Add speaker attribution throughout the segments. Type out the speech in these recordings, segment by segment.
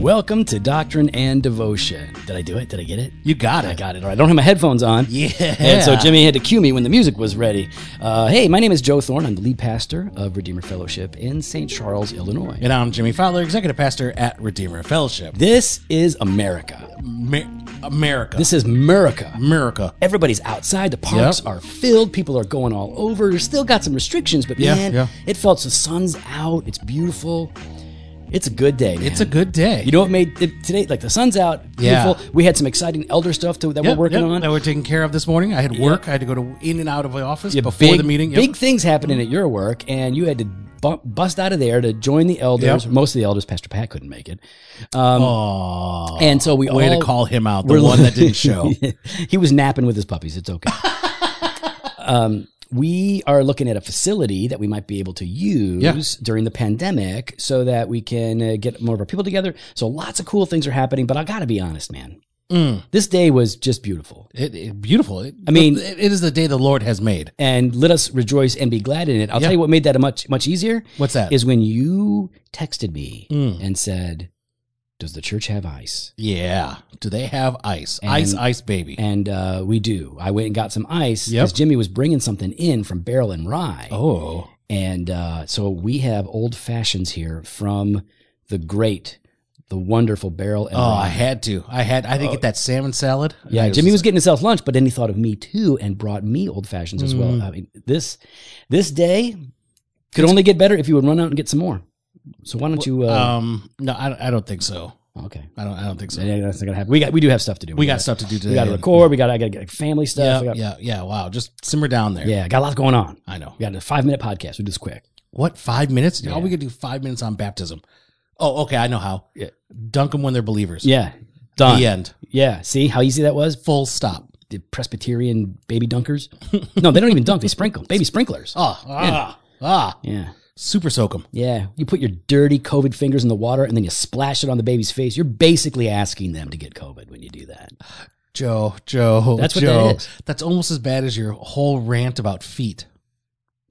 Speaker 1: Welcome to Doctrine and Devotion. Did I do it? Did I get it?
Speaker 2: You got
Speaker 1: I
Speaker 2: it.
Speaker 1: got it. All right. I don't have my headphones on.
Speaker 2: Yeah.
Speaker 1: And so Jimmy had to cue me when the music was ready. Uh, hey, my name is Joe Thorne. I'm the lead pastor of Redeemer Fellowship in St. Charles, Illinois.
Speaker 2: And I'm Jimmy Fowler, executive pastor at Redeemer Fellowship.
Speaker 1: This is America.
Speaker 2: Mer- America.
Speaker 1: This is America.
Speaker 2: America.
Speaker 1: Everybody's outside. The parks
Speaker 2: Yep.
Speaker 1: are filled. People are going all over. There's still got some restrictions, but
Speaker 2: Yeah,
Speaker 1: man,
Speaker 2: yeah.
Speaker 1: it felt so. Sun's out. It's beautiful. It's a good day. Man.
Speaker 2: It's a good day.
Speaker 1: You know what made it, today? Like the sun's out.
Speaker 2: Yeah.
Speaker 1: Beautiful. We had some exciting elder stuff to, that
Speaker 2: Yep,
Speaker 1: we're working
Speaker 2: yep,
Speaker 1: on.
Speaker 2: That we're taking care of this morning. I had work. I had to go to in and out of the office
Speaker 1: Yeah,
Speaker 2: before
Speaker 1: big-
Speaker 2: the meeting. Yep.
Speaker 1: Big things happening at your work, and you had to bu- bust out of there to join the elders.
Speaker 2: Yep.
Speaker 1: Most of the elders, Pastor Pat couldn't make it,
Speaker 2: Aw,
Speaker 1: and so we
Speaker 2: Oh, way
Speaker 1: all,
Speaker 2: to call him out.
Speaker 1: Oh,
Speaker 2: The
Speaker 1: we're-
Speaker 2: one that didn't show.
Speaker 1: he was napping with his puppies. It's okay. um, we are looking at a facility that we might be able to use
Speaker 2: Yeah.
Speaker 1: during the pandemic, so that we can uh, get more of our people together. So lots of cool things are happening. But I got to be honest, man, this day was just beautiful.
Speaker 2: Mm. It, it- beautiful. It-
Speaker 1: I mean-
Speaker 2: it- it is the day the Lord has made.
Speaker 1: and let us rejoice and be glad in it. I'll
Speaker 2: Yeah.
Speaker 1: tell you what made that a much much easier.
Speaker 2: What's that?
Speaker 1: Is when you texted me
Speaker 2: Mm.
Speaker 1: and said, "Does the church have ice?"
Speaker 2: Yeah. Do they have ice? ice,
Speaker 1: And-
Speaker 2: ice, baby.
Speaker 1: And uh, we do. I went and got some ice
Speaker 2: Yep.
Speaker 1: because Jimmy was bringing something in from Barrel and Rye,
Speaker 2: oh.
Speaker 1: and uh, so we have old fashions here from the great, the wonderful Barrel and
Speaker 2: Oh, I
Speaker 1: Rye.
Speaker 2: had to. I had. I had to get that salmon salad.
Speaker 1: Yeah,
Speaker 2: I
Speaker 1: Jimmy was getting himself lunch, but then he thought of me too and brought me old fashions as well.
Speaker 2: Mm.
Speaker 1: I mean, this this day could only get better if you would run out and get some more. So why don't you? Uh, oh,
Speaker 2: Um. No, I, I don't think so.
Speaker 1: okay,
Speaker 2: I don't. I don't think so.
Speaker 1: Yeah, that's not gonna happen. We got we do have stuff to do.
Speaker 2: We got stuff to do today.
Speaker 1: We got to record. We got I got to get family
Speaker 2: Yeah,
Speaker 1: stuff. I got-
Speaker 2: yeah, yeah. Wow, just simmer down there.
Speaker 1: yeah, got a lot going on.
Speaker 2: I know.
Speaker 1: We got a five minute podcast. We do this quick.
Speaker 2: What five minutes? How
Speaker 1: Yeah.
Speaker 2: are we gonna do five minutes on baptism? Oh, okay, I know how.
Speaker 1: Yeah.
Speaker 2: Dunk them when they're believers.
Speaker 1: Yeah,
Speaker 2: The
Speaker 1: done. Yeah.
Speaker 2: end.
Speaker 1: see how easy that was.
Speaker 2: Full stop.
Speaker 1: The Presbyterian baby dunkers. no, they don't even dunk. They sprinkle baby sprinklers.
Speaker 2: Ah, ah, ah.
Speaker 1: Yeah.
Speaker 2: Super soak them.
Speaker 1: Yeah, you put your dirty COVID fingers in the water and then you splash it on the baby's face. You're basically asking them to get COVID when you do that.
Speaker 2: Joe, Joe,
Speaker 1: That's what
Speaker 2: Joe.
Speaker 1: that is.
Speaker 2: That's almost as bad as your whole rant about feet.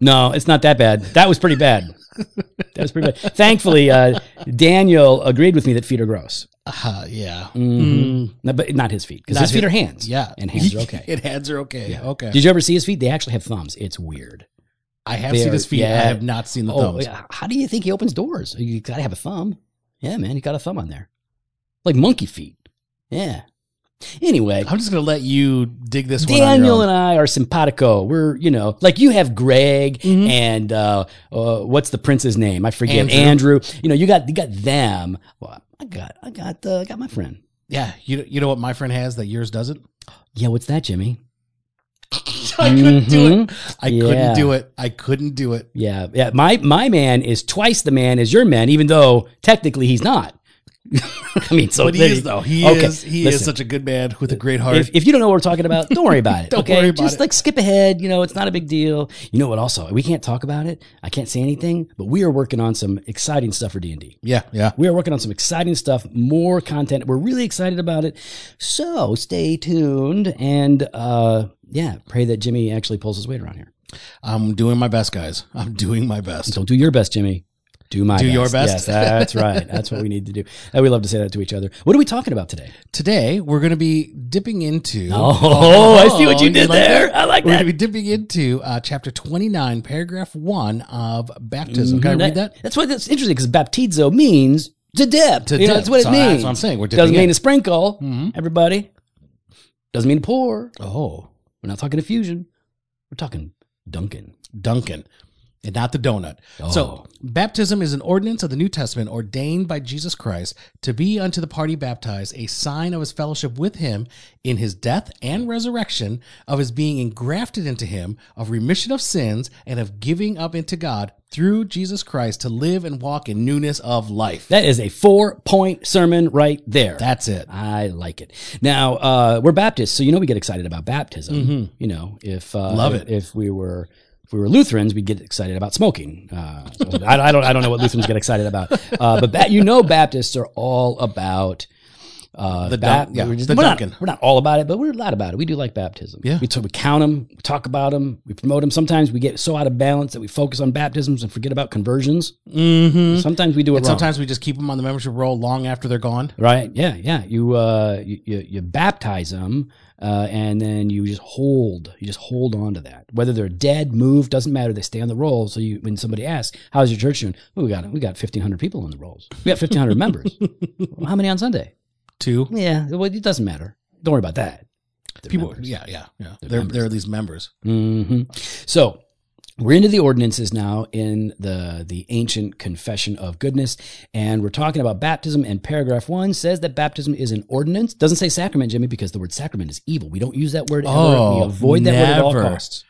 Speaker 1: No, it's not that bad. That was pretty bad. That was pretty bad. Thankfully, uh, Daniel agreed with me that feet are gross.
Speaker 2: Ah, yeah.
Speaker 1: Mhm. No, but not his feet because
Speaker 2: Not
Speaker 1: his feet
Speaker 2: his-
Speaker 1: are hands.
Speaker 2: Yeah.
Speaker 1: and hands are okay.
Speaker 2: and hands are okay. Okay.
Speaker 1: Did you ever see his feet? They actually have thumbs. It's weird.
Speaker 2: I have
Speaker 1: They
Speaker 2: seen
Speaker 1: are-
Speaker 2: his feet. I
Speaker 1: yeah.
Speaker 2: have not seen the
Speaker 1: Oh,
Speaker 2: thumbs.
Speaker 1: yeah. how do you think he opens doors? You got to have a thumb. Yeah, man, he got a thumb on there, like monkey feet. Yeah. Anyway,
Speaker 2: I'm just gonna let you dig this one. on your
Speaker 1: Daniel
Speaker 2: own.
Speaker 1: and I are simpatico. We're, you know, like you have Greg
Speaker 2: Mhm.
Speaker 1: and uh, uh, what's the prince's name? I forget.
Speaker 2: Andrew.
Speaker 1: Andrew. You know, you got you got them. Well, I got I got uh, I got my friend.
Speaker 2: yeah. You you know what my friend has that yours doesn't.
Speaker 1: Yeah, what's that, Jimmy?
Speaker 2: I couldn't do it. I
Speaker 1: Mm-hmm. Yeah.
Speaker 2: couldn't do it. I couldn't do it.
Speaker 1: Yeah, yeah. My my man is twice the man as your man, even though technically he's not. I mean, so
Speaker 2: but he
Speaker 1: there
Speaker 2: is
Speaker 1: you-
Speaker 2: though. He
Speaker 1: Okay,
Speaker 2: is. He is
Speaker 1: listen. Uh,
Speaker 2: such a good man with a great heart.
Speaker 1: If, if you don't know what we're talking about, don't worry about it.
Speaker 2: Don't
Speaker 1: okay?
Speaker 2: worry about
Speaker 1: Just
Speaker 2: it.
Speaker 1: like skip ahead. You know, it's not a big deal. You know what? Also, we can't talk about it. I can't say anything. But we are working on some exciting stuff for D and D.
Speaker 2: yeah, yeah.
Speaker 1: We are working on some exciting stuff. More content. We're really excited about it. So stay tuned and uh, yeah, pray that Jimmy actually pulls his weight around here.
Speaker 2: I'm doing my best, guys. I'm doing my best.
Speaker 1: So do your best, Jimmy. Do my
Speaker 2: Do your
Speaker 1: Yes,
Speaker 2: best.
Speaker 1: that's right. That's what we need to do. And we love to say that to each other. What are we talking about today?
Speaker 2: Today we're going to be dipping into.
Speaker 1: Oh, I see what Oh, you did
Speaker 2: Oh, like
Speaker 1: there.
Speaker 2: that?
Speaker 1: I like
Speaker 2: We're
Speaker 1: that.
Speaker 2: going to be dipping into uh, chapter 29, paragraph one of baptism.
Speaker 1: Mm-hmm.
Speaker 2: Can I read that?
Speaker 1: That's what that's interesting because baptizo means to dip.
Speaker 2: To
Speaker 1: You know,
Speaker 2: dip.
Speaker 1: that's what it
Speaker 2: So
Speaker 1: means.
Speaker 2: that's what I'm saying. We're
Speaker 1: Doesn't
Speaker 2: dipping
Speaker 1: mean
Speaker 2: in.
Speaker 1: to sprinkle. Everybody doesn't mean to pour.
Speaker 2: Oh,
Speaker 1: We're not talking diffusion. We're talking Duncan.
Speaker 2: Duncan. And not the donut.
Speaker 1: Oh.
Speaker 2: So, baptism is an ordinance of the New Testament ordained by Jesus Christ to be unto the party baptized a sign of his fellowship with him in his death and resurrection, of his being engrafted into him, of remission of sins, and of giving up into God through Jesus Christ to live and walk in newness of life.
Speaker 1: That is a four point sermon right there.
Speaker 2: That's it.
Speaker 1: I like it. Now uh, we're Baptists, so you know we get excited about baptism. You know, if uh,
Speaker 2: Mm-hmm. Love it.
Speaker 1: If we were if we were Lutherans, we'd get excited about smoking. Uh, I, I don't I don't know what Lutherans get excited about, uh, but ba- you know, Baptists are all about Uh,
Speaker 2: The
Speaker 1: bap-
Speaker 2: dun- yeah,
Speaker 1: we're, just-
Speaker 2: the
Speaker 1: we're not,
Speaker 2: Duncan.
Speaker 1: we're not all about it, but we're loud about it. We do like baptism.
Speaker 2: Yeah.
Speaker 1: We, t- we count them, we talk about them, we promote them. Sometimes we get so out of balance that we focus on baptisms and forget about conversions.
Speaker 2: Mm-hmm.
Speaker 1: Sometimes we do it
Speaker 2: And
Speaker 1: wrong.
Speaker 2: sometimes we just keep them on the membership roll long after they're gone.
Speaker 1: Right. Yeah. Yeah. You uh you you, you baptize them uh, and then you just hold you just hold on to that. Whether they're dead, moved, doesn't matter. They stay on the roll. So you when somebody asks, "How's your church doing?" Well, we got we got fifteen hundred people on the rolls. We got fifteen hundred members. Well, how many on Sunday?
Speaker 2: Two
Speaker 1: Yeah. Well, it doesn't matter. Don't worry about that. They're
Speaker 2: people.
Speaker 1: members.
Speaker 2: Yeah, yeah, yeah.
Speaker 1: They're
Speaker 2: They're
Speaker 1: members.
Speaker 2: they're these members.
Speaker 1: hmm So we're into the ordinances now in the the ancient confession of goodness, and we're talking about baptism. And paragraph one says that baptism is an ordinance. Doesn't say sacrament, Jimmy, because the word sacrament is evil. We don't use that word. ever. we avoid that word at all
Speaker 2: Oh, never.
Speaker 1: costs.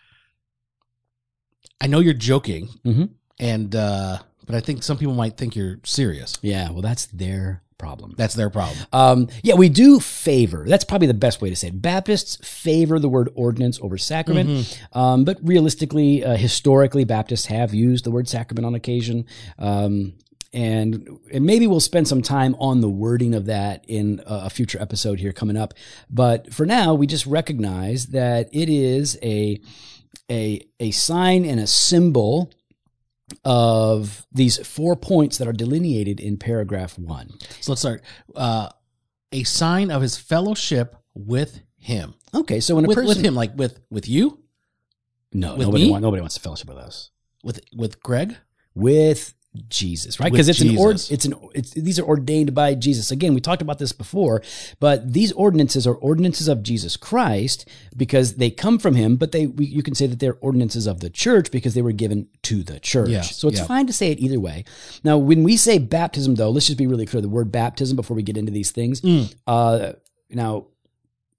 Speaker 2: I know you're joking,
Speaker 1: Mhm.
Speaker 2: and uh, but I think some people might think you're serious.
Speaker 1: Yeah, well, that's their problem.
Speaker 2: That's their problem.
Speaker 1: Um, yeah, we do favor. That's probably the best way to say it. Baptists favor the word ordinance over sacrament,
Speaker 2: Mm-hmm.
Speaker 1: um, but realistically, uh, historically, Baptists have used the word sacrament on occasion. Um, and, and maybe we'll spend some time on the wording of that in a, a future episode here coming up. But for now, we just recognize that it is a a a sign and a symbol of these four points that are delineated in paragraph one.
Speaker 2: So let's start. Uh, a sign of his fellowship with him.
Speaker 1: Okay, so when a
Speaker 2: With,
Speaker 1: person
Speaker 2: with him, like with with you,
Speaker 1: No,
Speaker 2: With
Speaker 1: nobody
Speaker 2: me?
Speaker 1: wants nobody wants to fellowship with us.
Speaker 2: with with Greg.
Speaker 1: With Jesus, right? Because
Speaker 2: With
Speaker 1: it's an ord,
Speaker 2: Jesus.
Speaker 1: it's an it's these are ordained by Jesus. Again, we talked about this before, but these ordinances are ordinances of Jesus Christ because they come from him, but they we, you can say that they're ordinances of the church because they were given to the church.
Speaker 2: Yeah,
Speaker 1: so it's
Speaker 2: yeah.
Speaker 1: fine to say it either way. Now, when we say baptism though, let's just be really clear the word baptism before we get into these things.
Speaker 2: Mm.
Speaker 1: Uh now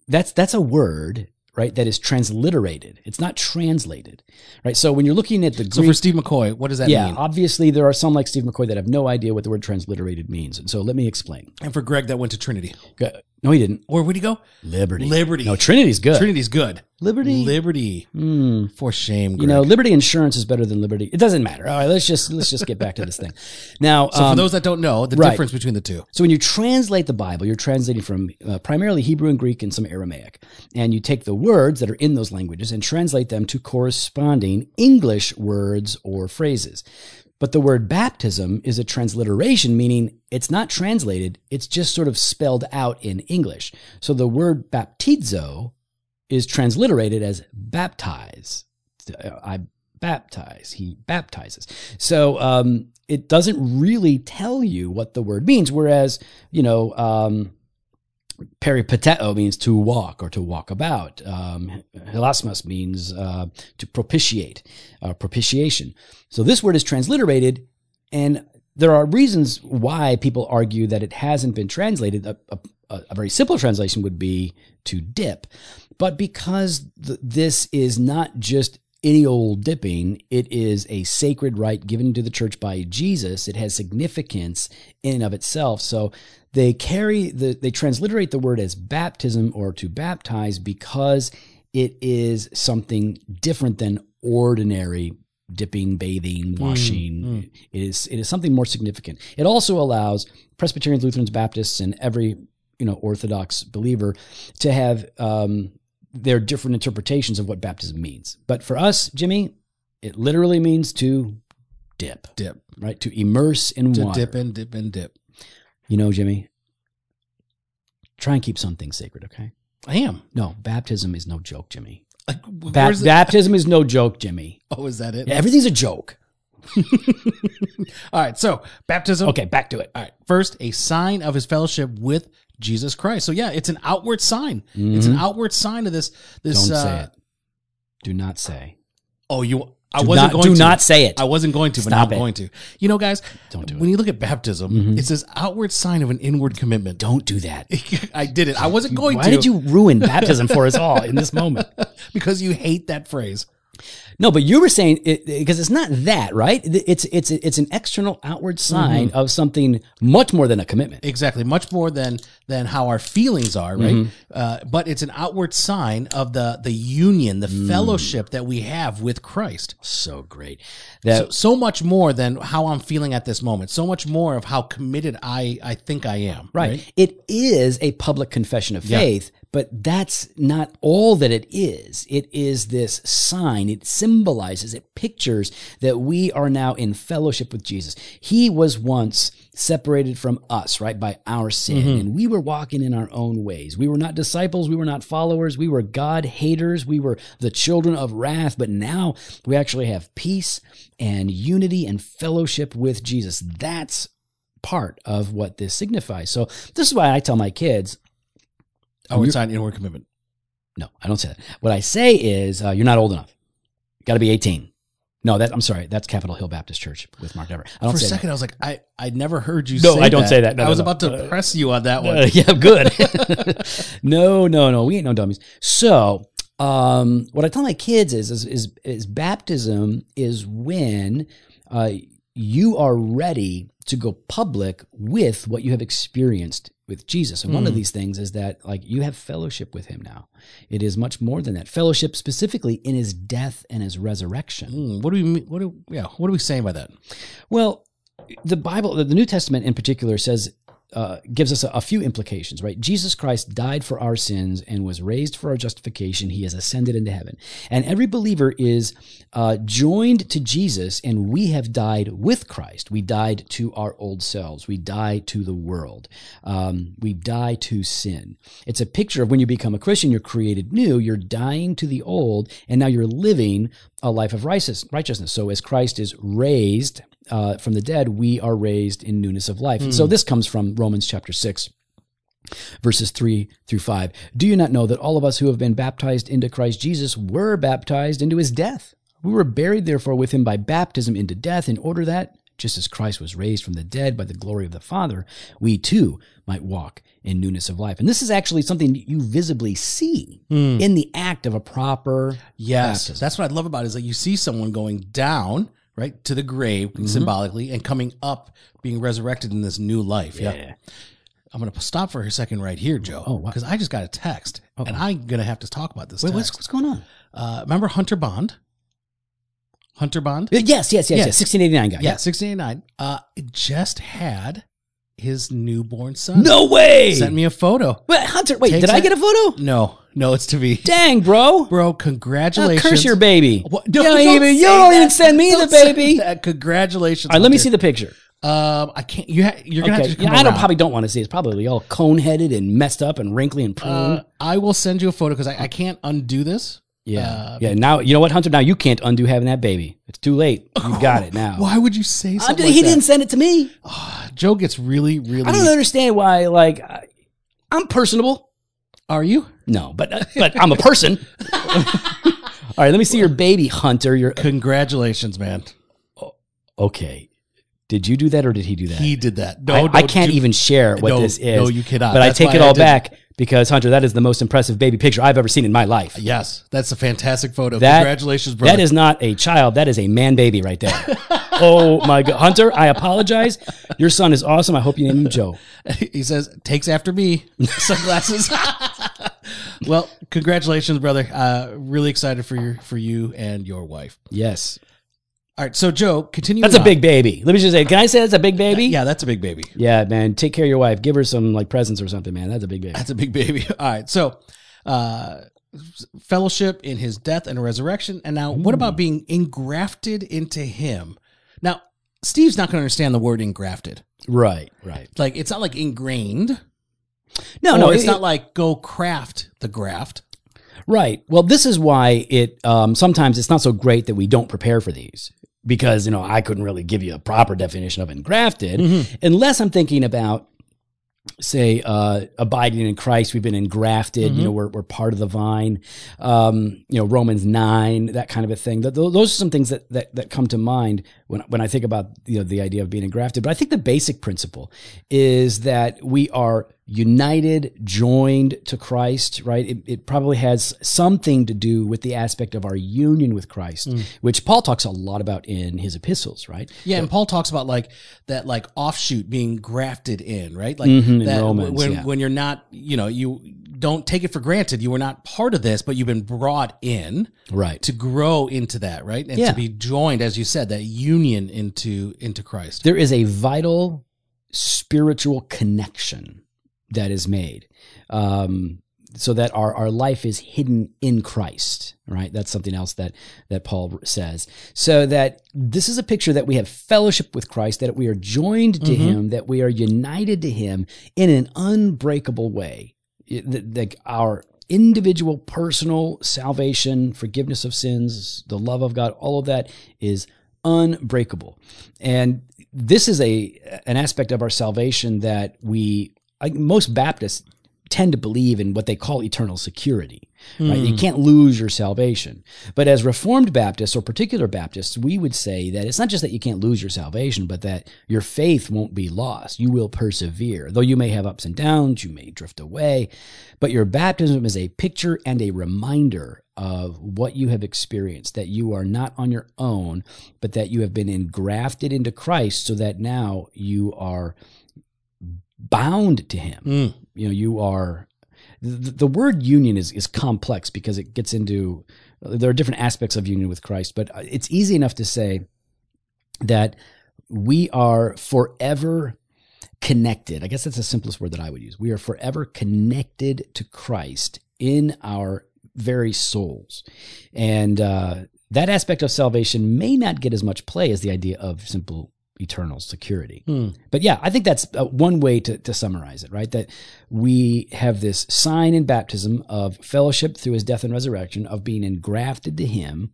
Speaker 1: that's that's a word right that is transliterated it's not translated right so when you're looking at the
Speaker 2: So
Speaker 1: greek
Speaker 2: for Steve McCoy, what does that
Speaker 1: yeah
Speaker 2: mean?
Speaker 1: obviously there are some like steve mccoy that have no idea what the word transliterated means and so let me explain
Speaker 2: And for Greg, that went to Trinity.
Speaker 1: Go- no he didn't
Speaker 2: Where would he go?
Speaker 1: liberty
Speaker 2: Liberty.
Speaker 1: no trinity's good
Speaker 2: Trinity's good.
Speaker 1: liberty
Speaker 2: Liberty.
Speaker 1: Hmm.
Speaker 2: For shame, Greg.
Speaker 1: you know liberty insurance is better than liberty it doesn't matter all right let's just let's just get back to this thing now
Speaker 2: so for
Speaker 1: um,
Speaker 2: those that don't know, the
Speaker 1: right.
Speaker 2: difference between the two.
Speaker 1: So when you translate the Bible, you're translating from uh, primarily Hebrew and Greek and some Aramaic, and you take the words that are in those languages and translate them to corresponding English words or phrases. But the word baptism is a transliteration, meaning it's not translated, it's just sort of spelled out in English. So the word baptizo is transliterated as baptize. Uh, I baptize. He baptizes. So um, it doesn't really tell you what the word means. Whereas, you know, um, peripateo means to walk or to walk about. Um, helasmos means uh, to propitiate, uh, propitiation. So this word is transliterated, and there are reasons why people argue that it hasn't been translated. A, a, a very simple translation would be to dip, but because th- this is not just any old dipping, it is a sacred rite given to the church by Jesus. It has significance in and of itself. So they carry the they transliterate the word as baptism or to baptize because it is something different than ordinary dipping, bathing, washing. It is it is something more significant. It also allows Presbyterians, Lutherans, Baptists, and every you know Orthodox believer to have um, their different interpretations of what baptism means. But for us, Jimmy, it literally means to dip,
Speaker 2: Dip.
Speaker 1: right? To immerse in
Speaker 2: To
Speaker 1: water.
Speaker 2: dip and dip and dip.
Speaker 1: You know, Jimmy, try and keep some things sacred, okay?
Speaker 2: I am.
Speaker 1: No, baptism is no joke, Jimmy.
Speaker 2: Like, wh-
Speaker 1: Ba-
Speaker 2: where's the-
Speaker 1: baptism is no joke, Jimmy.
Speaker 2: oh, is that it?
Speaker 1: Everything's a joke.
Speaker 2: All right. So baptism.
Speaker 1: Okay, back to it.
Speaker 2: All right. First, a sign of his fellowship with Jesus Christ. So yeah, it's an outward sign. It's an outward sign of this. This.
Speaker 1: Mm-hmm. Don't
Speaker 2: uh,
Speaker 1: say it. Do not say.
Speaker 2: Oh, you. I
Speaker 1: Do
Speaker 2: wasn't
Speaker 1: not,
Speaker 2: going
Speaker 1: do
Speaker 2: to.
Speaker 1: not say it.
Speaker 2: I wasn't going to, but now
Speaker 1: Stop
Speaker 2: I'm
Speaker 1: it.
Speaker 2: going to. You know, guys,
Speaker 1: Don't do Mm-hmm.
Speaker 2: when you look at baptism, it's this outward sign of an inward commitment.
Speaker 1: Don't do that.
Speaker 2: I did it. I wasn't going
Speaker 1: Why
Speaker 2: to.
Speaker 1: did you ruin baptism for us all in this moment?
Speaker 2: because you hate that phrase.
Speaker 1: No, but you were saying it because it's not that, right? It's it's it's an external outward sign
Speaker 2: Mm-hmm.
Speaker 1: of something much more than a commitment.
Speaker 2: Exactly, much more than than how our feelings are, right?
Speaker 1: Mm-hmm.
Speaker 2: Uh, but it's an outward sign of the the union, the
Speaker 1: Mm.
Speaker 2: fellowship that we have with Christ.
Speaker 1: So great. That
Speaker 2: So, so much more than how I'm feeling at this moment. So much more of how committed I I think I am.
Speaker 1: right. It is a public confession of faith, but that's not all that it is. It is this sign. It symbolizes, it pictures that we are now in fellowship with Jesus. He was once separated from us, right, by our sin, and we were walking in our own ways. We were not disciples, we were not followers, we were God haters, we were the children of wrath, but now we actually have peace and unity and fellowship with Jesus. That's part of what this signifies. So this is why I tell my kids,
Speaker 2: Outward sign, inward commitment.
Speaker 1: no, I don't say that. What I say is, uh, you're not old enough. Got to be 18. No, that I'm sorry. That's Capitol Hill Baptist Church with Mark Dever. I don't
Speaker 2: For a
Speaker 1: say
Speaker 2: second, I was like, I I never heard you.
Speaker 1: No,
Speaker 2: say
Speaker 1: I don't say that. No,
Speaker 2: I
Speaker 1: no, Uh,
Speaker 2: was
Speaker 1: no.
Speaker 2: about to press you on that one.
Speaker 1: that. yeah, good. no, no, no. We ain't no dummies. So, um, what I tell my kids is is is, is baptism is when uh, you are ready to go public with what you have experienced with Jesus. And one of these things is that like you have fellowship with him now. It is much more than that. Fellowship specifically in his death and his resurrection.
Speaker 2: Hmm, what do we mean? What do yeah? What are we saying by that?
Speaker 1: Well, the Bible, the New Testament in particular, says uh, gives us a, a few implications, right? Jesus Christ died for our sins and was raised for our justification. He has ascended into heaven, and every believer is uh, joined to Jesus, and we have died with Christ. We died to our old selves. We die to the world. Um, we die to sin. It's a picture of when you become a Christian, you're created new. You're dying to the old, and now you're living a life of righteous, righteousness. So as Christ is raised uh, from the dead, we are raised in newness of life. So this comes from Romans chapter 6. Verses 3 through 5. Do you not know that all of us who have been baptized into Christ Jesus were baptized into his death? We were buried, therefore, with him by baptism into death, in order that, just as Christ was raised from the dead by the glory of the Father, we too might walk in newness of life. And this is actually something you visibly see in the act of a proper
Speaker 2: Yes, that's what I love about it is that you see someone going down right to the grave
Speaker 1: Mm-hmm.
Speaker 2: symbolically and coming up, being resurrected in this new life. Yeah. I'm gonna stop for a second right here, Joe.
Speaker 1: Oh, wow.
Speaker 2: because I just got a text, and I'm gonna have to talk about this.
Speaker 1: Wait,
Speaker 2: text.
Speaker 1: what's, what's going on?
Speaker 2: uh, remember Hunter Bond? Hunter Bond.
Speaker 1: Yes, yes, yes, yes.
Speaker 2: Yes.
Speaker 1: 1689 guy.
Speaker 2: Yeah, 1689. Uh, just had his newborn son.
Speaker 1: No way.
Speaker 2: Sent me a photo.
Speaker 1: Wait, Hunter, wait,
Speaker 2: Takes
Speaker 1: did I
Speaker 2: it.
Speaker 1: get a photo?
Speaker 2: No, no, it's to be.
Speaker 1: Dang, bro.
Speaker 2: Bro,
Speaker 1: Oh,
Speaker 2: congratulations.
Speaker 1: curse your baby.
Speaker 2: What?
Speaker 1: you don't, even, you
Speaker 2: say
Speaker 1: don't
Speaker 2: that.
Speaker 1: even send me the
Speaker 2: Don't say
Speaker 1: baby. All
Speaker 2: that. Congratulations.
Speaker 1: right, let me see the picture.
Speaker 2: the. Um, I can't. You ha- you're gonna
Speaker 1: Okay.
Speaker 2: have to.
Speaker 1: Yeah,
Speaker 2: Come
Speaker 1: I don't,
Speaker 2: around.
Speaker 1: probably don't want to see it. It's probably all cone headed and messed up and wrinkly and pruned.
Speaker 2: Uh, I will send you a photo because I, I can't undo this.
Speaker 1: yeah.
Speaker 2: uh,
Speaker 1: yeah. Now, you know what, Hunter? Now you can't undo having that baby. It's too late. You've got it now.
Speaker 2: Why would you say
Speaker 1: I'm-
Speaker 2: something?
Speaker 1: he
Speaker 2: like
Speaker 1: didn't send it to me.
Speaker 2: That? Joe gets really, really.
Speaker 1: I don't understand why, like, I- I'm personable.
Speaker 2: Are you?
Speaker 1: No, but uh, but I'm a person. All right, let me see your baby, Hunter. Your
Speaker 2: Congratulations, man.
Speaker 1: okay. Did you do that or did he do that?
Speaker 2: He did that. No,
Speaker 1: I,
Speaker 2: no,
Speaker 1: I can't
Speaker 2: do-
Speaker 1: even share what
Speaker 2: No,
Speaker 1: this is.
Speaker 2: no, you cannot.
Speaker 1: But
Speaker 2: That's
Speaker 1: I take
Speaker 2: why
Speaker 1: it
Speaker 2: I
Speaker 1: all
Speaker 2: didn't.
Speaker 1: back because Hunter, that is the most impressive baby picture I've ever seen in my life.
Speaker 2: Yes, that's a fantastic photo.
Speaker 1: That-
Speaker 2: Congratulations, brother.
Speaker 1: That is not a child. That is a man baby right there. oh my God, Hunter! I apologize. Your son is awesome. I hope you name him Joe.
Speaker 2: he says takes after me sunglasses well congratulations brother uh really excited for your for you and your wife
Speaker 1: Yes,
Speaker 2: all right so joe continue
Speaker 1: that's a big baby. Let me just say, can I say that's a big baby?
Speaker 2: yeah that's a big baby
Speaker 1: Yeah, man. Take care of your wife. Give her some like presents or something, man. That's a big baby.
Speaker 2: that's a big baby all right so uh fellowship in his death and resurrection and now what about being engrafted into him now steve's not going to understand the word engrafted
Speaker 1: Right, right.
Speaker 2: like it's not like ingrained
Speaker 1: No, no,
Speaker 2: oh, no it's
Speaker 1: it-
Speaker 2: not like go craft the graft
Speaker 1: Right. Well, this is why it um, sometimes it's not so great that we don't prepare for these because you know I couldn't really give you a proper definition of engrafted unless I'm thinking about say uh, abiding in Christ. We've been engrafted. You know, we're we're part of the vine. Um, you know, Romans nine, that kind of a thing. Th- th- those are some things that that that come to mind when when I think about you know the idea of being engrafted. But I think the basic principle is that we are united, joined to Christ. Right? It, it probably has something to do with the aspect of our union with Christ, which Paul talks a lot about in his epistles. Right?
Speaker 2: Yeah, and Paul talks about like that, like offshoot being grafted in, right? Like
Speaker 1: Mhm, in
Speaker 2: that
Speaker 1: Romans,
Speaker 2: when
Speaker 1: yeah.
Speaker 2: when you're not, you know, you don't take it for granted. You were not part of this, but you've been brought in
Speaker 1: Right.
Speaker 2: to grow into that, right? And
Speaker 1: Yeah.
Speaker 2: to be joined, as you said, that union into into Christ.
Speaker 1: there is a vital spiritual connection that is made um, so that our, our life is hidden in christ right that's something else that that paul says so that this is a picture that we have fellowship with christ that we are joined to
Speaker 2: Mhm.
Speaker 1: him that we are united to him in an unbreakable way It- th- like our individual personal salvation forgiveness of sins the love of god all of that is unbreakable and this is a an aspect of our salvation that we like most Baptists tend to believe in what they call eternal security. Right? You can't lose your salvation. But as Reformed Baptists or particular Baptists, we would say that it's not just that you can't lose your salvation, but that your faith won't be lost. You will persevere. Though you may have ups and downs, you may drift away, but your baptism is a picture and a reminder of what you have experienced, that you are not on your own, but that you have been engrafted into Christ so that now you are bound to him
Speaker 2: Mm.
Speaker 1: you know you are the, the word union is is complex because it gets into there are different aspects of union with Christ but uh, it's easy enough to say that we are forever connected i guess that's the simplest word that i would use we are forever connected to Christ in our very souls and uh that aspect of salvation may not get as much play as the idea of simple eternal security
Speaker 2: Hmm.
Speaker 1: but yeah, I think that's uh, one way to, to summarize it, right? That we have this sign in baptism of fellowship through his death and resurrection, of being engrafted to him,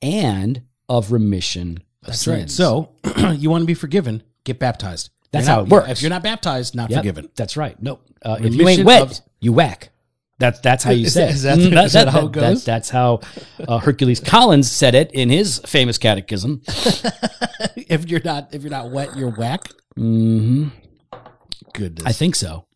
Speaker 1: and of remission of
Speaker 2: That's
Speaker 1: sins.
Speaker 2: right. So you want to be forgiven, get baptized.
Speaker 1: That's
Speaker 2: You're
Speaker 1: how
Speaker 2: not-
Speaker 1: it works.
Speaker 2: If you're not baptized, not
Speaker 1: Yep,
Speaker 2: forgiven.
Speaker 1: That's right. No, uh, if you
Speaker 2: Remission
Speaker 1: ain't wet,
Speaker 2: of-
Speaker 1: you whack. That's that's how you
Speaker 2: Is
Speaker 1: say.
Speaker 2: that-
Speaker 1: it.
Speaker 2: is that-
Speaker 1: Mm,
Speaker 2: is that how
Speaker 1: that-
Speaker 2: it goes?
Speaker 1: that's how uh, Hercules Collins said it in his famous catechism.
Speaker 2: if you're not if you're not wet, you're whack.
Speaker 1: hmm
Speaker 2: Goodness.
Speaker 1: I think so.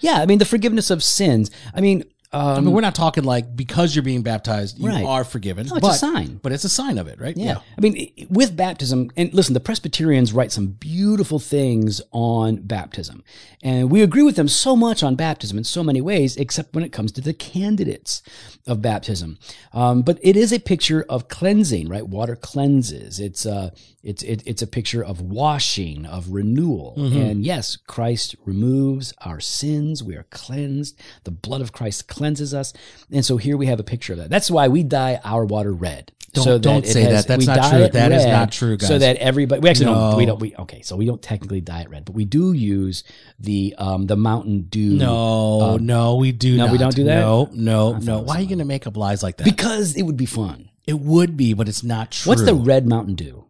Speaker 1: Yeah, I mean the forgiveness of sins. I mean, um,
Speaker 2: I mean, we're not talking like because you're being baptized, you
Speaker 1: Right.
Speaker 2: are forgiven.
Speaker 1: no, it's
Speaker 2: but,
Speaker 1: a sign.
Speaker 2: but it's a sign of it, right?
Speaker 1: Yeah. I mean, i- with baptism, and listen, the Presbyterians write some beautiful things on baptism. And we agree with them so much on baptism in so many ways, except when it comes to the candidates of baptism. Um, but it is a picture of cleansing, right? Water cleanses. It's a, it's, it, it's a picture of washing, of renewal. And yes, Christ removes our sins. We are cleansed. The blood of Christ cleanses us. And so here we have a picture of that. That's why we dye our water red
Speaker 2: Don't-
Speaker 1: so that
Speaker 2: don't
Speaker 1: it
Speaker 2: say
Speaker 1: has-
Speaker 2: that.
Speaker 1: we
Speaker 2: That's not
Speaker 1: dye
Speaker 2: true.
Speaker 1: it
Speaker 2: That is
Speaker 1: red
Speaker 2: not true,
Speaker 1: So
Speaker 2: guys.
Speaker 1: that everybody, we actually don't. We
Speaker 2: No.
Speaker 1: don't. We okay. So we don't technically dye it red, but we do use the um the Mountain Dew.
Speaker 2: No, no, we do
Speaker 1: uh, no,
Speaker 2: not.
Speaker 1: we don't do that?
Speaker 2: No, no, no.
Speaker 1: it was
Speaker 2: Why are you going to make up lies like that?
Speaker 1: because it would be fun.
Speaker 2: it would be, but it's not true.
Speaker 1: What's the red Mountain Dew?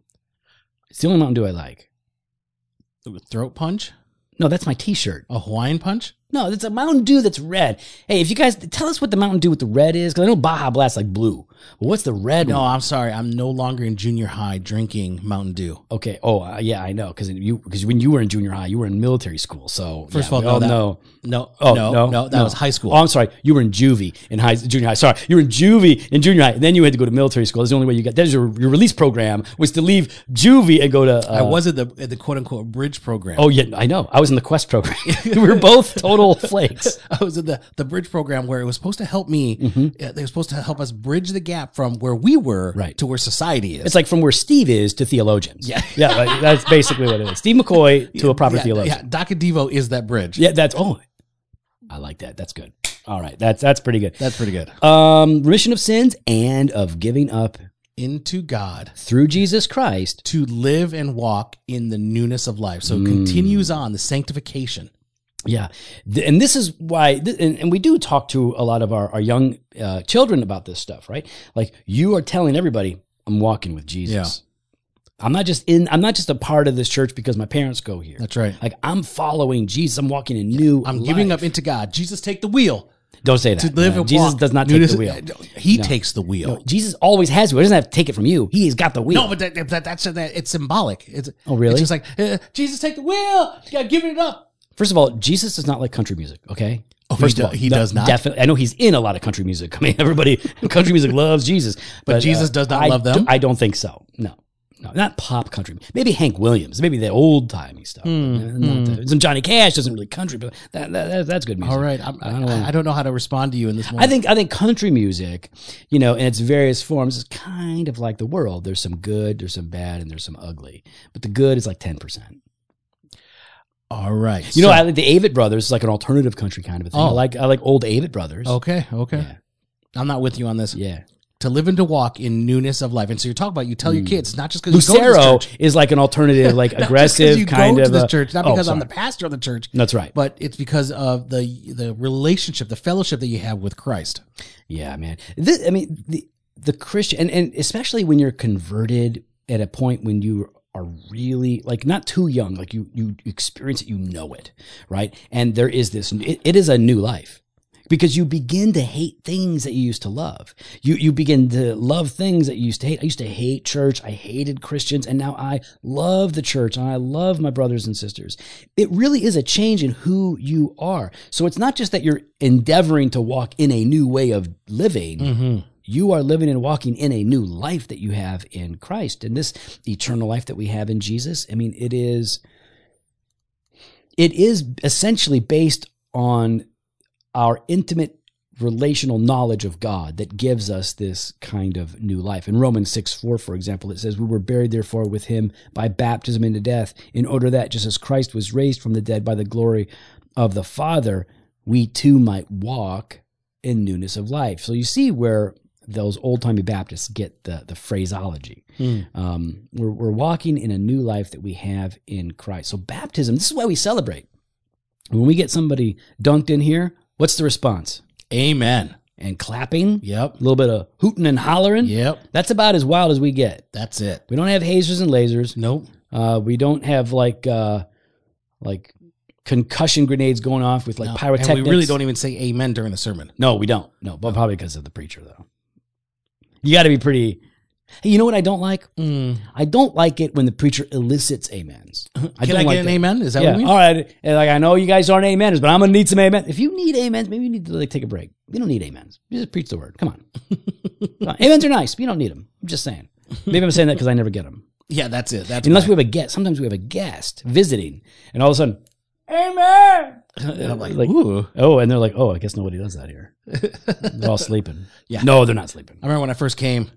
Speaker 1: It's the only Mountain Dew I like.
Speaker 2: throat punch?
Speaker 1: No, that's my T-shirt.
Speaker 2: A Hawaiian punch?
Speaker 1: No, that's a Mountain Dew that's red. Hey, if you guys tell us what the Mountain Dew with the red is, because I know Baja Blast like blue. But what's the red
Speaker 2: Uh, No,
Speaker 1: one?
Speaker 2: I'm sorry. I'm no longer in junior high drinking Mountain Dew.
Speaker 1: Okay. Oh, uh, yeah, I know. Because you, because when you were in junior high, you were in military school. So
Speaker 2: First
Speaker 1: yeah,
Speaker 2: of all,
Speaker 1: we
Speaker 2: no, that-
Speaker 1: know.
Speaker 2: No,
Speaker 1: Oh
Speaker 2: no, no, that was high school.
Speaker 1: Oh, I'm sorry. You were in juvie in high junior high. Sorry, you were in juvie in junior high. And then you had to go to military school. That's the only way you got. That was your, your release program was to leave juvie and go to. Uh,
Speaker 2: I was at the at the quote unquote bridge program.
Speaker 1: Oh yeah, I know. I was in the quest program. we were both total flakes.
Speaker 2: I was in the, the bridge program where it was supposed to help me.
Speaker 1: Mm-hmm.
Speaker 2: uh, They were supposed to help us bridge the gap from where we were
Speaker 1: Right.
Speaker 2: to where society is.
Speaker 1: It's like from where Steve is to theologians.
Speaker 2: Yeah.
Speaker 1: yeah. like, that's basically what it is. Steve McCoy to a proper
Speaker 2: yeah,
Speaker 1: theologian.
Speaker 2: yeah, Doc Devo is that bridge.
Speaker 1: Yeah, that's oh, I like that. That's good. All right, that's that's pretty good.
Speaker 2: That's pretty good.
Speaker 1: Um, remission of sins and of giving up
Speaker 2: Into God
Speaker 1: through Jesus Christ.
Speaker 2: to live and walk in the newness of life.
Speaker 1: Mm.
Speaker 2: So it continues on the sanctification.
Speaker 1: Yeah. Th- And this is why, th- and, and we do talk to a lot of our, our young uh, children about this stuff, right? Like you are telling everybody, I'm walking with Jesus. I'm not just in, I'm not just a part of this church because my parents go here.
Speaker 2: That's right.
Speaker 1: Like I'm following Jesus. I'm walking in new.
Speaker 2: I'm giving up into God. Jesus, take the wheel.
Speaker 1: Don't say that.
Speaker 2: To live
Speaker 1: No,
Speaker 2: and
Speaker 1: Jesus
Speaker 2: walk.
Speaker 1: does not
Speaker 2: Dude,
Speaker 1: take
Speaker 2: this-
Speaker 1: the wheel.
Speaker 2: He takes the wheel.
Speaker 1: No, Jesus always has the wheel. He doesn't have to take it from you. He's got the wheel.
Speaker 2: No, but that, that, that's that, it's symbolic. It's,
Speaker 1: Oh, really?
Speaker 2: It's just like uh, Jesus, take the wheel. Yeah, give it up.
Speaker 1: First of all, Jesus does not like country music. Okay.
Speaker 2: Oh, he
Speaker 1: First
Speaker 2: do-
Speaker 1: of all,
Speaker 2: he does not?
Speaker 1: Definitely, I know he's in a lot of country music. I mean, everybody, country music loves Jesus, but, uh,
Speaker 2: Jesus does not
Speaker 1: I
Speaker 2: love them?
Speaker 1: do- I don't think so. No, no, not pop country. Maybe Hank Williams, maybe the old timey stuff.
Speaker 2: Hmm,
Speaker 1: but uh, not the- some Johnny Cash doesn't really country, but that, that, that- that's good music.
Speaker 2: All right, I'm, I,
Speaker 1: don't know.
Speaker 2: I don't know how to respond to you in this
Speaker 1: I
Speaker 2: moment.
Speaker 1: think I think country music, you know, in its various forms, is kind of like the world. There's some good, there's some bad, and there's some ugly. But the good is like ten percent.
Speaker 2: All right,
Speaker 1: You know,
Speaker 2: so-
Speaker 1: I like the Avett Brothers is like an alternative country kind of a thing. I
Speaker 2: Oh.
Speaker 1: like I like old Avett Brothers.
Speaker 2: okay, okay.
Speaker 1: Yeah.
Speaker 2: I'm not with you on this.
Speaker 1: Yeah,
Speaker 2: To live and to walk in newness of life, and so you're talking about you tell your kids it's not just because you go to
Speaker 1: Hmm. Lucero
Speaker 2: this church,
Speaker 1: is like an alternative, like
Speaker 2: not just 'cause you
Speaker 1: aggressive kind
Speaker 2: go
Speaker 1: of.
Speaker 2: to this
Speaker 1: a-
Speaker 2: church, not
Speaker 1: Oh,
Speaker 2: because I'm
Speaker 1: sorry.
Speaker 2: the pastor of the church,
Speaker 1: That's right.
Speaker 2: but it's because of the the relationship, the fellowship that you have with Christ.
Speaker 1: Yeah, man. This, I mean, the the Christian, and, and especially when you're converted at a point when you are really like not too young, like you you experience it, you know it, right? And there is this, it, it is a new life because you begin to hate things that you used to love. You you begin to love things that you used to hate. I used to hate church. I hated Christians, and now I love the church and I love my brothers and sisters. It really is a change in who you are. So it's not just that you're endeavoring to walk in a new way of living. You are living and walking in a new life that you have in Christ. And this eternal life that we have in Jesus, I mean, it is it is essentially based on our intimate relational knowledge of God that gives us this kind of new life. In Romans 6 4, for example, it says, We were buried therefore with him by baptism into death, in order that just as Christ was raised from the dead by the glory of the Father, we too might walk in newness of life. So you see where those old timey Baptists get the, the phraseology. Um, we're, we're walking in a new life that we have in Christ. So baptism, this is why we celebrate. When we get somebody dunked in here, what's the response?
Speaker 2: Amen.
Speaker 1: And clapping,
Speaker 2: Yep.
Speaker 1: a little bit of hooting and hollering.
Speaker 2: Yep.
Speaker 1: That's about as wild as we get.
Speaker 2: That's it.
Speaker 1: We don't have hazers and lasers.
Speaker 2: Nope.
Speaker 1: Uh, we don't have like uh, like concussion grenades going off with like
Speaker 2: No.
Speaker 1: pyrotechnics.
Speaker 2: And we really don't even say amen during the sermon.
Speaker 1: No, we don't. No, but probably because of the preacher though. You got to be pretty. Hey, you know what I don't like?
Speaker 2: Mm.
Speaker 1: I don't like it when the preacher elicits amens. I don't
Speaker 2: Can I, get
Speaker 1: like
Speaker 2: an
Speaker 1: that.
Speaker 2: amen? Is that
Speaker 1: Yeah.
Speaker 2: what you mean?
Speaker 1: All right. And like I know you guys aren't amens, but I'm gonna need some amens. If you need amens, maybe you need to like take a break. You don't need amens. You just preach the word. Come on. Come on. Amens are nice, but you don't need them. I'm just saying. Maybe I'm saying that because I never get them.
Speaker 2: Yeah, that's it. That's
Speaker 1: Unless
Speaker 2: Unless
Speaker 1: we have a guest. Sometimes we have a guest visiting, and all of a sudden, amen.
Speaker 2: I'm like,
Speaker 1: like,
Speaker 2: ooh.
Speaker 1: oh, and they're like, oh, I guess nobody does that here. They're all sleeping.
Speaker 2: Yeah.
Speaker 1: No, they're not sleeping.
Speaker 2: I remember when I first came,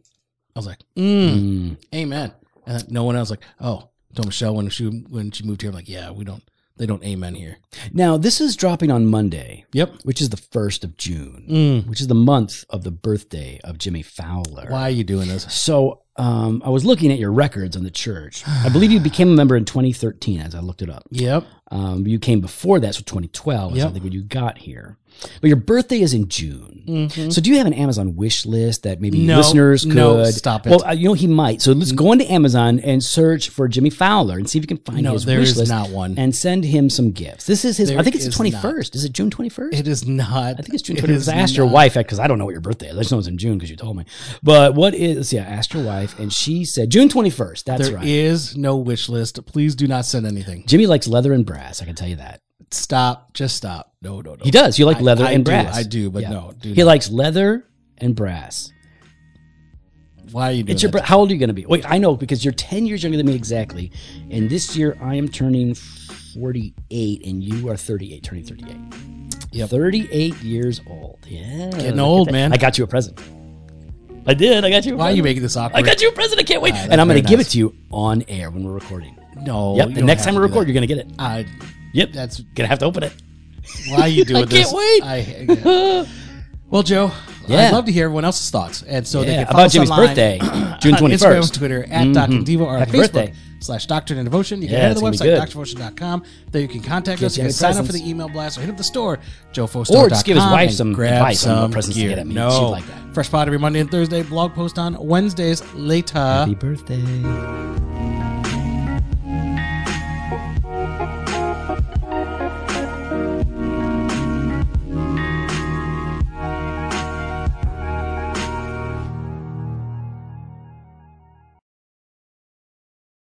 Speaker 2: I was like, mm,
Speaker 1: Mm.
Speaker 2: amen. And then no one else was like, oh, don't Michelle when she when she moved here, I'm like, yeah, we don't they don't amen here.
Speaker 1: Now this is dropping on Monday,
Speaker 2: Yep.
Speaker 1: which is the first of June,
Speaker 2: Mm.
Speaker 1: which is the month of the birthday of Jimmy Fowler.
Speaker 2: Why are you doing this?
Speaker 1: So um, I was looking at your records on the church. I believe you became a member in 2013, as I looked it up.
Speaker 2: Yep.
Speaker 1: Um, you came before that, so 2012 is
Speaker 2: Yep.
Speaker 1: I think when you got here. But your birthday is in June. So do you have an Amazon wish list that maybe
Speaker 2: Mm-hmm. No,
Speaker 1: listeners could?
Speaker 2: no, stop it. Mm.
Speaker 1: Well, uh, you know he might. So let's go into Amazon and search for Jimmy Fowler and see if you can find
Speaker 2: No,
Speaker 1: his
Speaker 2: there
Speaker 1: wish
Speaker 2: is
Speaker 1: list
Speaker 2: not one.
Speaker 1: and send him some gifts. This is his.
Speaker 2: There
Speaker 1: I think it's the
Speaker 2: is
Speaker 1: 21st. Is it June 21st?
Speaker 2: It is not.
Speaker 1: I think it's June
Speaker 2: it
Speaker 1: 21st.
Speaker 2: is
Speaker 1: I asked your wife because I don't know what your birthday is. I just know it's in June because you told me. But what is? Yeah, I asked your wife and she said June 21st. That's
Speaker 2: There is
Speaker 1: right.
Speaker 2: no wish list. Please do not send anything.
Speaker 1: Jimmy likes leather and brass. I can tell you that
Speaker 2: Stop. Just stop. No, no, no.
Speaker 1: he does. You like leather
Speaker 2: I
Speaker 1: and
Speaker 2: do,
Speaker 1: brass.
Speaker 2: I do, but
Speaker 1: Yeah.
Speaker 2: no. Do
Speaker 1: He
Speaker 2: not.
Speaker 1: likes leather and brass.
Speaker 2: Why are you doing
Speaker 1: It's your
Speaker 2: that?
Speaker 1: br- how old are you going to be? Wait, I know because you're 10 years younger than me exactly. And this year I am turning 48 and you are 38, turning 38.
Speaker 2: Yep.
Speaker 1: 38 years old. Yeah. Look at
Speaker 2: old,
Speaker 1: that.
Speaker 2: man.
Speaker 1: I got you a present. I did. I got you. A
Speaker 2: Why are
Speaker 1: present.
Speaker 2: you making this awkward?
Speaker 1: I got you a present. I can't wait.
Speaker 2: that's
Speaker 1: and I'm going
Speaker 2: very
Speaker 1: to give
Speaker 2: nice.
Speaker 1: it to you on air when we're recording.
Speaker 2: No.
Speaker 1: yep.
Speaker 2: you
Speaker 1: The
Speaker 2: don't
Speaker 1: next time
Speaker 2: have
Speaker 1: we
Speaker 2: to do
Speaker 1: record,
Speaker 2: that.
Speaker 1: you're going to get it.
Speaker 2: I.
Speaker 1: Yep.
Speaker 2: That's
Speaker 1: going to have to open it.
Speaker 2: Why are you doing
Speaker 1: I
Speaker 2: this?
Speaker 1: can't wait.
Speaker 2: I- well, Joe,
Speaker 1: Yeah.
Speaker 2: I'd love to hear everyone else's thoughts, and so they
Speaker 1: Yeah,
Speaker 2: can follow
Speaker 1: about
Speaker 2: us
Speaker 1: Jimmy's
Speaker 2: online
Speaker 1: birthday, June
Speaker 2: on Instagram,
Speaker 1: 21st.
Speaker 2: Twitter at Dr. Devo, or on
Speaker 1: Happy
Speaker 2: Facebook
Speaker 1: birthday.
Speaker 2: slash Doctrine and Devotion. You can
Speaker 1: Yeah,
Speaker 2: head to the
Speaker 1: it's
Speaker 2: website
Speaker 1: gonna be
Speaker 2: doctrinedevotion.com. There you can contact us.
Speaker 1: you
Speaker 2: You can
Speaker 1: any
Speaker 2: sign up for
Speaker 1: presents.
Speaker 2: the email blast or hit up the store, joefostar.com.
Speaker 1: Or just give his wife
Speaker 2: and
Speaker 1: some
Speaker 2: grab
Speaker 1: advice on what
Speaker 2: some
Speaker 1: presents to
Speaker 2: gear.
Speaker 1: get him. She'd
Speaker 2: No,
Speaker 1: like that.
Speaker 2: fresh pot every Monday and Thursday. Blog post on Wednesdays. Later.
Speaker 1: Happy birthday.